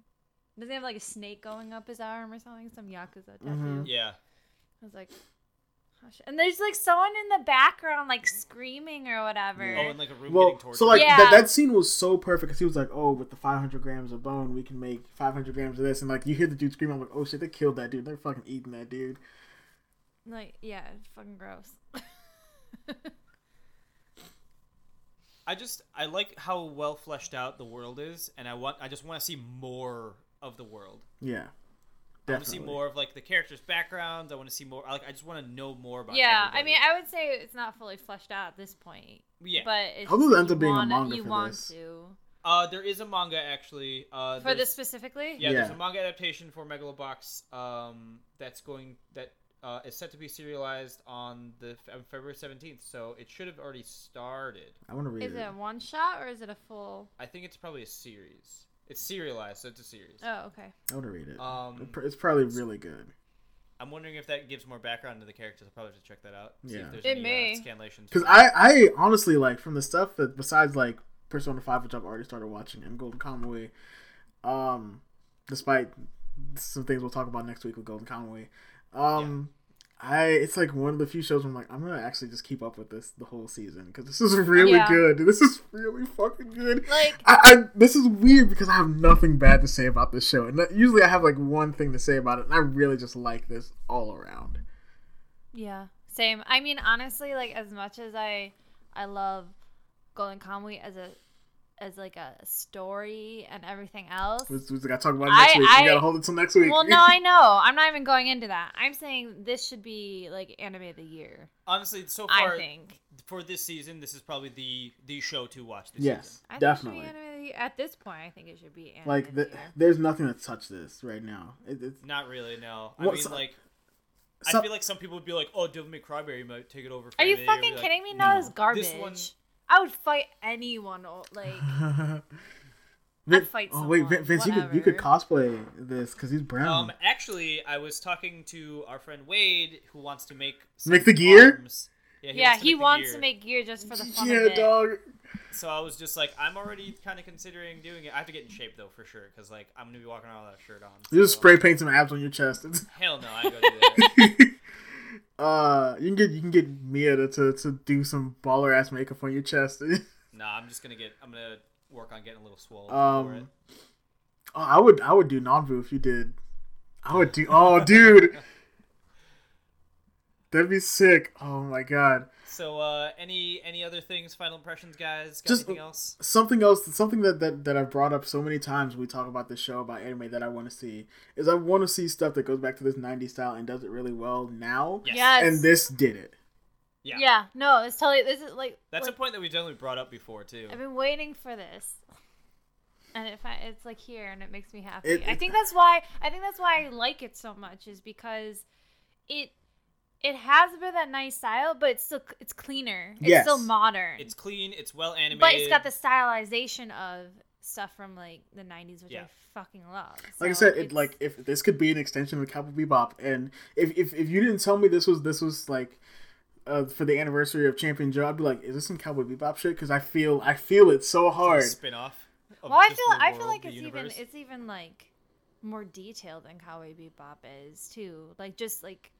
Does he have like a snake going up his arm or something? Some yakuza tattoo. Mhm. Yeah. I was like, oh, shit. and there's like someone in the background like screaming or whatever. Oh, Yeah. and like a room Well, getting tortured. so like Yeah. that, that scene was so perfect because he was like, "Oh, with the 500 grams of bone, we can make 500 grams of this," and like you hear the dude scream, "I'm like, oh shit, they killed that dude. They're fucking eating that dude." Like, yeah, it's fucking gross. I just I like how well fleshed out the world is, and I want I just want to see more of the world. Yeah, I want to see Definitely. more of like the characters' backgrounds. I want to see more. Like I just want to know more about. yeah, I everybody. mean, I would say it's not fully fleshed out at this point. yeah. But it's Although just there that ends you up being a wanna- manga you for want this. to uh, there is a manga actually. Uh, for there's- this specifically. Yeah, there's Yeah. a manga adaptation for Megalobox um, that's going that uh, is set to be serialized on the on February 17th, so it should have already started. I want to read Is it it. a one shot or is it a full? I think it's probably a series. It's serialized, so it's a series. Oh, okay. I want to read it. Um, It pr- it's probably really good. I'm wondering if that gives more background to the characters. I'll probably have to check that out. See Yeah. if there's It any, may. Uh, scanlations. Because for that. I, I honestly like from the stuff that besides like Persona Five, which I've already started watching, and Golden Kamuy, um, despite some things we'll talk about next week with Golden Kamuy, um, I it's like one of the few shows where I'm like I'm gonna actually just keep up with this the whole season because this is really Yeah. good. This is really fucking good. Like, I, I this is weird because I have nothing bad to say about this show, and that, usually I have like one thing to say about it, and I really just like this all around. yeah, same. I mean, honestly, like as much as I, I love Golden Kamuy as a, as like a story and everything else. Which, which I gotta talk about it I- next week. I- we gotta hold it till next week. Well, no, I know. I'm not even going into that. I'm saying this should be like anime of the year. honestly, so I far think. for this season, this is probably the the show to watch. This Yes, season. I think it should be definitely. anime of the year. At this point, I think it should be anime Like of the, the *laughs* year. there's nothing that touch this right now. It, it's Not really. No, I Well, mean so- like. I so- feel like some people would be like, "Oh, Devil May Cry Baby might take it over." For Are you anime," or be fucking like, kidding me? No, no. it's garbage. This one- I would fight anyone. o- *sighs* Like, *laughs* Vin- fight Oh wait, Vin- someone, Vince, you could you could cosplay this because he's brown. Um, actually, I was talking to our friend Wade, who wants to make some Make the gear? arms. Yeah, yeah, he wants the gear. to make gear just for the *laughs* fun of yeah, it. dog. So I was just like, I'm already kind of considering doing it. I have to get in shape though, for sure, because like I'm gonna be walking around without a shirt on. You just so- spray paint some abs on your chest. *laughs* It's- Hell no, I ain't gonna do *laughs* that. uh, you can get you can get Mia to, to, to do some baller ass makeup on your chest. *laughs* Oh, nah, I'm just gonna get. I'm gonna work on getting a little swole for it. um, oh, I would I would do Nanbu if you did. I would do. Oh, *laughs* dude, that'd be sick. Oh my god. So, uh, any any other things? Final impressions, guys? Got Just- uh, anything else? something else something that, that that i've brought up so many times when we talk about this show about anime that i want to see is i want to see stuff that goes back to this 90s style and does it really well now Yes. Yes. and this did it Yeah. yeah. No, it's totally. This is like. That's like, a point that we've definitely brought up before too. I've been waiting for this. And it, fi- it's like here, and it makes me happy. It- I think that's why I think that's why I like it so much is because it it has a bit of that nice style, but it's still it's cleaner. It's Yes. still modern. It's clean. It's well animated. but it's got the stylization of stuff from like the 90s, which Yeah. I fucking love. Like I So said, it it's- like if this could be an extension of Cowboy Bebop, and if, if, if you didn't tell me this was this was like uh, for the anniversary of Champion Joe, I'd be like, is this some Cowboy Bebop shit? Because I feel I feel it so hard. spin off. well, I feel I feel like it's even it's even like more detailed than Cowboy Bebop is too. Like just like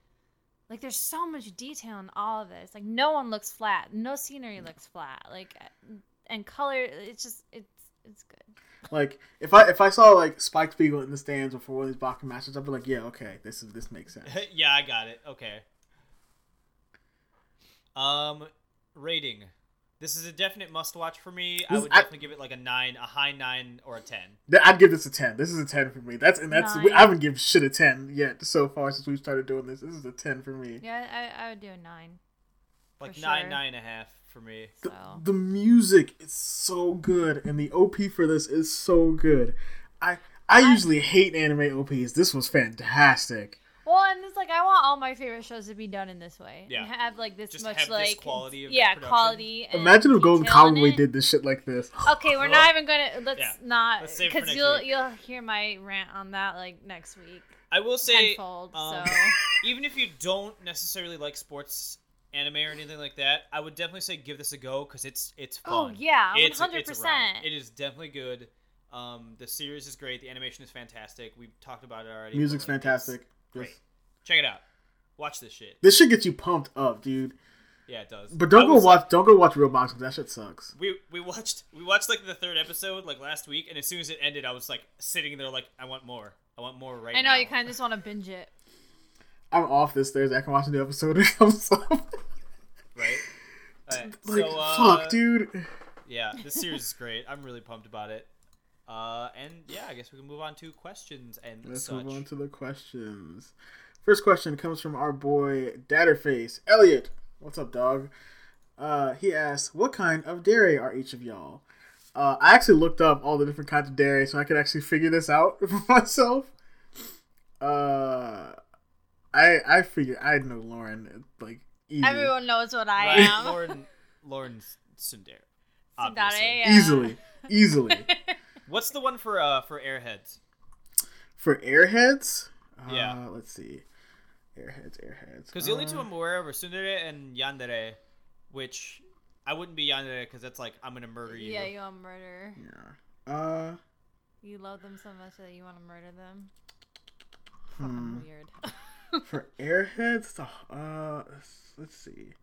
like there's so much detail in all of this. Like no one looks flat. No scenery looks flat. Like uh, and color. It's just it's it's good. Like if I if I saw like Spike Spiegel in the stands or for one of these boxing matches, I'd be like, yeah, okay, this is this makes sense. *laughs* yeah, I got it. Okay. Um, rating. This is a definite must-watch for me. I This- would I- definitely give it like a nine, a high nine or a ten. Th- I'd give this a ten. This is a ten for me. That's and that's we, Nine. I haven't given shit a ten yet so far since we started doing this. This is a ten for me. Yeah, I, I would do a nine. Like For nine, sure. nine and a half for me. So The music is so good, and the OP for this is so good. I I usually hate anime OPs. This was fantastic. well, and it's like I want all my favorite shows to be done in this way. Yeah. and have like this Just much have this like quality of yeah production. quality. And Imagine if Golden detail in Kamuy it. did this shit like this. Okay, we're not even gonna let's Yeah. not Let's save it for because next you'll week. you'll hear my rant on that like next week I will say, tenfold. um, so *laughs* even if you don't necessarily like sports anime or anything like that, I would definitely say give this a go because it's it's fun. Oh, yeah, It's- 100%. it's a ride. It is definitely good. Um, the series is great. The animation is fantastic. We've talked about it already. but, Music's like, it's fantastic. Great. This, Check it out. Watch this shit. this shit gets you pumped up, dude. Yeah, it does. But don't I go was- watch. Don't go watch Real Boxing. That shit sucks. We we watched we watched like the third episode like last week, and as soon as it ended, I was like sitting there like I want more. I want more right I know now. you kind of just want to binge it. I'm off this Thursday. I can watch a new episode. *laughs* when it comes up. *laughs* right. Alright, like so, uh, fuck, dude. Yeah, this series is great. I'm really pumped about it. Uh, and yeah, I guess we can move on to questions and Let's such. move on to the questions. First question comes from our boy Datterface. Elliot, what's up, dog? Uh, he asks, What kind of dairy are each of y'all? Uh, I actually looked up all the different kinds of dairy so I could actually figure this out *laughs* for myself. Uh, I I figured I know Lauren like easily. Everyone knows what I Right, am. Lauren, Lauren Sundar. Obviously. Sundari, yeah. easily *laughs* easily What's the one for uh for airheads? for airheads. Uh, Yeah. Let's see, airheads, airheads. Because the only Uh, two I'm aware of are Sundere and Yandere, which I wouldn't be Yandere because that's like I'm gonna *laughs* murder you. Yeah, you want to murder. Yeah. Uh. You love them so much that you want to murder them. Hmm. Fucking weird. *laughs* For airheads, the- uh, let's- let's see.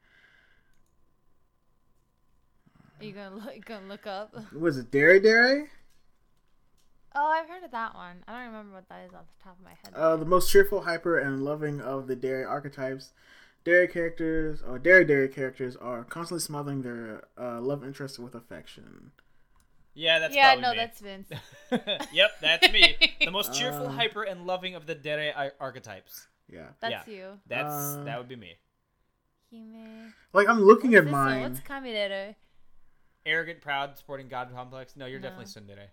Are you gonna look, gonna look up? Was it Dairy Dairy? Oh, I've heard of that one. I don't remember what that is off the top of my head. Uh, the most cheerful, hyper, and loving of the dairy archetypes. Dairy characters, or dairy dairy characters, are constantly smiling their uh, love interest with affection. Yeah, that's yeah, probably no, me. that's Vince. *laughs* yep, that's me. The most cheerful, Uh. hyper, and loving of the Dere ar- archetypes. Yeah, That's Yeah. you. That's Uh. that would be me. Hime. like I'm looking What's at this one? What's mine. Kamidera? Arrogant, proud, sporting god complex. No, you're No. definitely Sundere.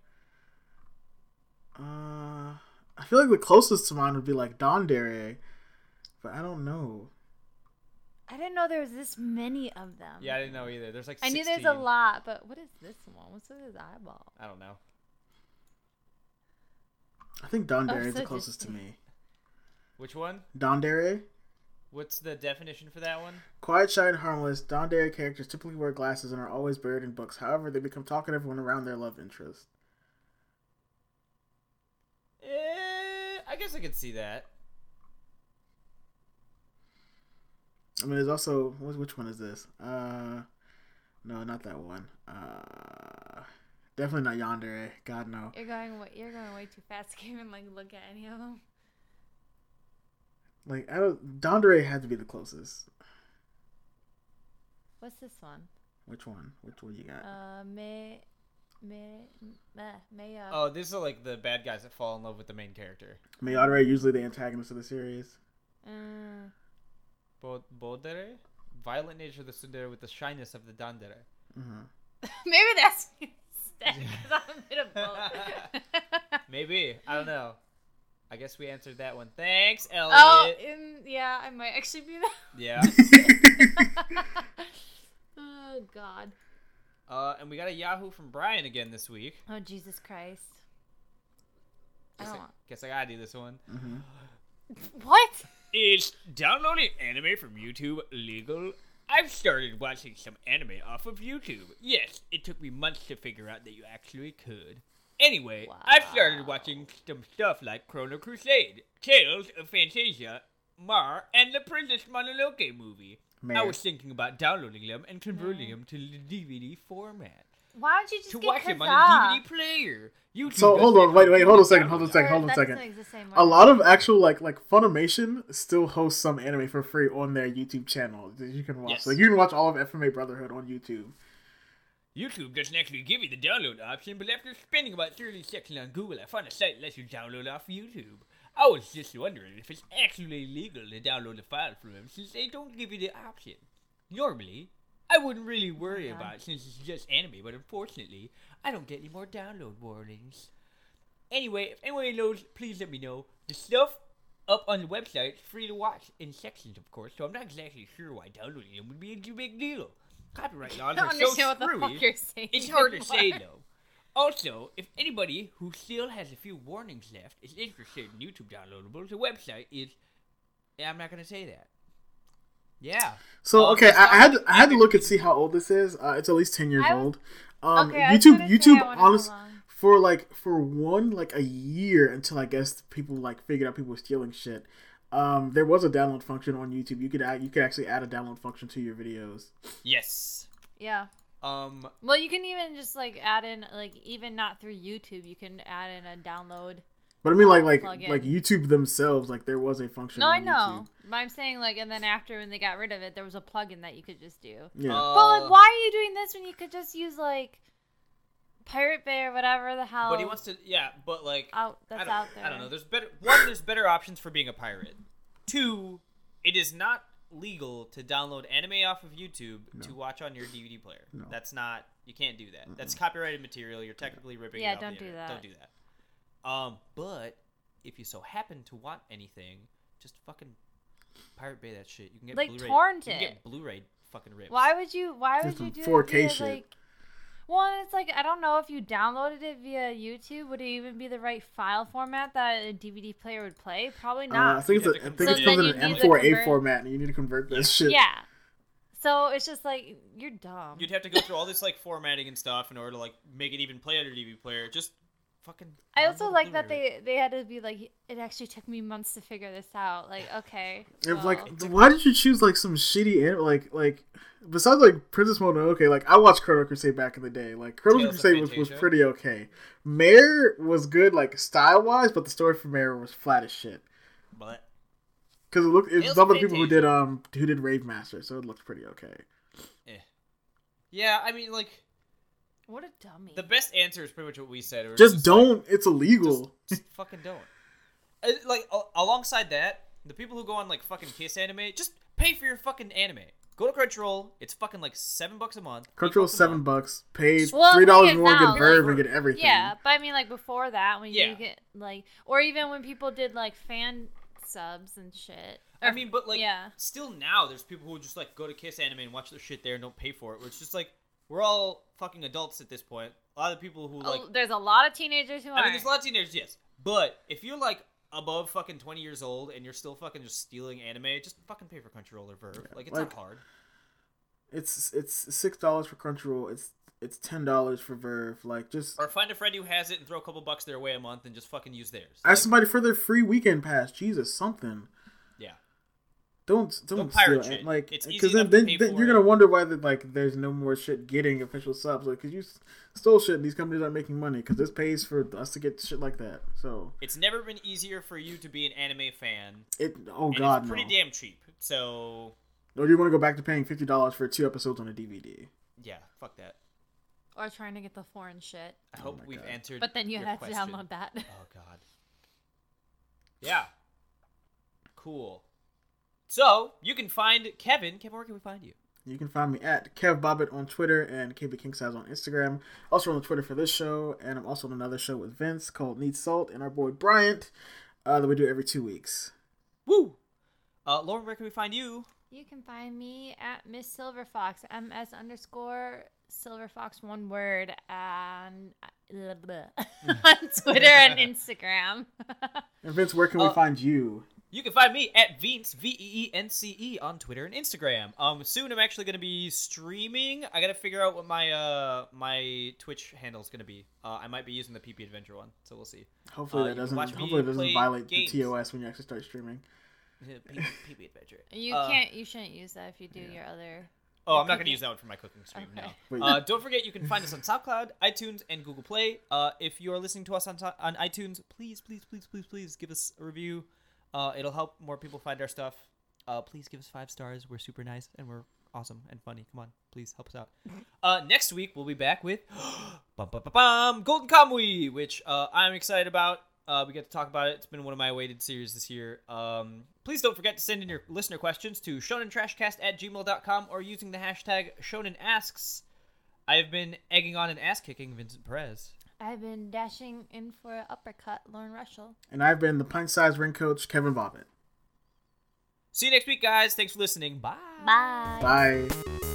Uh, I feel like the closest to mine would be like Don Dairy, but I don't know. I didn't know there was this many of them. Yeah, I didn't know either. There's like I 16. knew there's a lot, but what is this one? What's with his eyeball? I don't know. I think Don Oh, Dairy is so the closest to distinct. me. Which one? Don Dairy. What's the definition for that one? Quiet, shy, and harmless, Don Dairy characters typically wear glasses and are always buried in books. However, they become talkative when around their love interest. Eh, I guess I could see that. I mean, there's also wh- which one is this? Uh, no, not that one. Uh, definitely not Yandere. God no. You're going wa- you're going way too fast. *laughs* Can't even like look at any of them. Like I don't. Don Dairy had to be the closest. What's this one? Which one? Which one you got? Uh, me, me, me, me. Uh, Oh, these are like the bad guys that fall in love with the main character. Mayadere, usually the antagonist of the series. mm, Bo- Bodere? Violent nature of the Sundere with the shyness of the Dandere. Mhm. *laughs* maybe that's *laughs* *laughs* me instead because I'm a bit of both. Maybe. I don't know. I guess we answered that one. Thanks, Elliot. Hmm. Oh, in, yeah, I might actually be *laughs* Yeah. that. *laughs* oh God. Uh, and we got a Yahoo from Brian again this week. Oh Jesus Christ. I Guess don't I, guess I gotta do this one. want- What? Is downloading anime from YouTube legal? I've started watching some anime off of YouTube. Yes, it took me months to figure out that you actually could. Anyway, I've started watching some stuff like Chrono Crusade, Tales of Fantasia, Mar, and the Princess Mononoke movie. I Mare. was thinking about downloading them and converting them to the DVD format Why don't you just to get watch Kazaa? them on a DVD player. YouTube So, hold doesn't on, wait, wait, hold on a second, download hold on a them. second, hold on a That's second. not the same A one. lot of actual like like Funimation still hosts some anime for free on their YouTube channel that you can watch. Yes. Like you can watch all of FMA Brotherhood on YouTube. YouTube doesn't actually give you the download option, but after spending about 30 seconds on Google, I found a site that lets you download off YouTube. I was just wondering if it's actually legal to download a file from them since they don't give you the option. Normally, I wouldn't really Oh worry Yeah. about it since it's just anime, but unfortunately, I don't get any more download warnings. Anyway, if anyone knows, please let me know. The stuff up on the website is free to watch in sections, of course, so I'm not exactly sure why downloading them would be a too big deal. Copyright laws *laughs* I don't are so understand what the screwy. fuck you're saying. *laughs* It's hard to say anymore. though. Also, if anybody who still has a few warnings left is interested in YouTube downloadables, the website is. Yeah, I'm not gonna say that. Yeah. So Oh, okay, that's I, I had awesome. to, I had to look and see how old this is. Uh, it's at least ten years I was- old. Um, Okay, I was YouTube gonna say I YouTube wonder how honest long. for like for one like a year until I guess people like figured out people were stealing shit. Um, there was a download function on YouTube. You could add, you could actually add a download function to your videos. Yes. Yeah. Um. Well, you can even just like add in like even not through YouTube, you can add in a download. But I mean, like like Plug in. like YouTube themselves, like there was a function. No, on I know. YouTube. But I'm saying like, and then after when they got rid of it, there was a plugin that you could just do. Yeah. uh, but like, why are you doing this when you could just use like Pirate Bay or whatever the hell? But he wants to. Yeah, but like. out I that's don't- out there. I don't know. There's better. One, there's better options for being a pirate. Two, it is not legal to download anime off of YouTube to watch on your DVD player. That's not. You can't do that. That's copyrighted material. You're technically ripping. Yeah, it off the don't do internet. that. Don't do that. Um, but if you so happen to want anything, just fucking Pirate Bay that shit. You can get Like, Blu-ray. torrent you can it. get Blu-ray fucking rips. Why would you? Why There's would you some do 4K it via, shit. like? Well, and it's like I don't know if you downloaded it via YouTube, would it even be the right file format that a DVD player would play? Probably Uh, I not. think it's You a, have to I think convert it comes it. So in then an you need M4A to convert- format, and you need to convert that shit. yeah. So it's just like you're dumb. You'd have to go through all this like formatting and stuff in order to like make it even play on your DVD player. Just fucking. I also download a like that Blu-ray. they they had to be like it actually took me months to figure this out. Like okay, If, well, Oh, like, why did you choose like some shitty anim- like like besides like Princess Mononoke? Like I watched Chrono Crusade back in the day. Like Chrono Tales of Crusade was, was Fantasia. pretty okay. Mare was good like style wise, but the story for Mare was flat as shit. But Because it looked Tales it's of some of the people who Fantasia. did um who did Rave Master, so it looked pretty okay. eh. Yeah, I mean, like what a dummy. the best answer is pretty much what we said. where it's Just, like, don't. it's illegal. just *laughs* fucking don't. Uh, Like a- alongside that, the people who go on like fucking Kiss anime, just pay for your fucking anime. Go to Crunchyroll. It's fucking like seven bucks a month. eight Control bucks a seven month. bucks. Pay Well, three dollars look at more and now. get Verve and get everything. yeah, but I mean like before that when Yeah. you get like or even when people did like fan subs and shit. I mean, but like, Yeah. still now there's people who just like go to Kiss Anime and watch their shit there and don't pay for it. Where it's just like we're all fucking adults at this point. A lot of people who like, oh, there's a lot of teenagers who I mean, aren't. there's a lot of teenagers, yes, but if you're like above fucking 20 years old and you're still fucking just stealing anime, just fucking pay for Crunchyroll or Verve. like it's like- not hard. It's it's six dollars for Crunchyroll. It's it's ten dollars for Verve. Like just Or find a friend who has it and throw a couple bucks their way a month and just fucking use theirs. Like, ask somebody for their free weekend pass. Jesus, something. yeah. Don't don't, Don't steal pirate it. shit. Like It's easy because enough then, then, to pay then for you're it. gonna wonder why that like there's no more shit getting official subs. Like because you s- stole shit and these companies aren't making money because this pays for us to get shit like that. So It's never been easier for you to be an anime fan. it oh And god it's no. pretty damn cheap. So, Or do you want to go back to paying fifty dollars for two episodes on a DVD? yeah, fuck that. or trying to get the foreign shit. I Oh hope my we've God. answered But then you your had to question. download that. *laughs* Oh god. Yeah. Cool. So you can find Kevin. Kevin, where can we find you? You can find me at Kev Bobbitt on Twitter and KB Kingsize on Instagram. Also on the Twitter for this show, and I'm also on another show with Vince called Need Salt and our boy Bryant. uh, that we do every two weeks. Woo! Uh, Lauren, where can we find you? You can find me at Miss Silver Fox, MS underscore Silver Fox, one word, *laughs* on, blah, blah, on Twitter and Instagram. And Vince, where can we Uh, find you? You can find me at Veence, V E E N C E, on Twitter and Instagram. Um, soon I'm actually going to be streaming. I got to figure out what my uh my Twitch handle is going to be. Uh, I might be using the PP Adventure one, so we'll *laughs* see. Hopefully uh, you that can doesn't. watch me Hopefully it doesn't play violate games. the TOS when you actually start streaming. PP Adventure. *laughs* You Uh, can't. You shouldn't use that if you do your other. Oh, I'm not going to use that one for my cooking stream. Okay. Wait. No. Uh, don't forget, you can find us on SoundCloud, iTunes, and Google Play. Uh, if you are listening to us on to- on iTunes, please, please, please, please, please give us a review. Uh, it'll help more people find our stuff. Uh, please give us five stars. We're super nice and we're awesome and funny. Come on, please help us out. Uh, next week we'll be back with *gasps* bum, bum, bum, bum, Golden Kamuy, which uh, I'm excited about. Uh, we get to talk about it. It's been one of my awaited series this year. Um, please don't forget to send in your listener questions to shonentrashcast at gmail.com or using the hashtag shonenasks. I've been egging on and ass kicking Vincent Perez. I've been dashing in for an uppercut, Lauren Russell. And I've been the pint-sized ring coach, Kevin Bobbitt. See you next week, guys. Thanks for listening. Bye. Bye. Bye.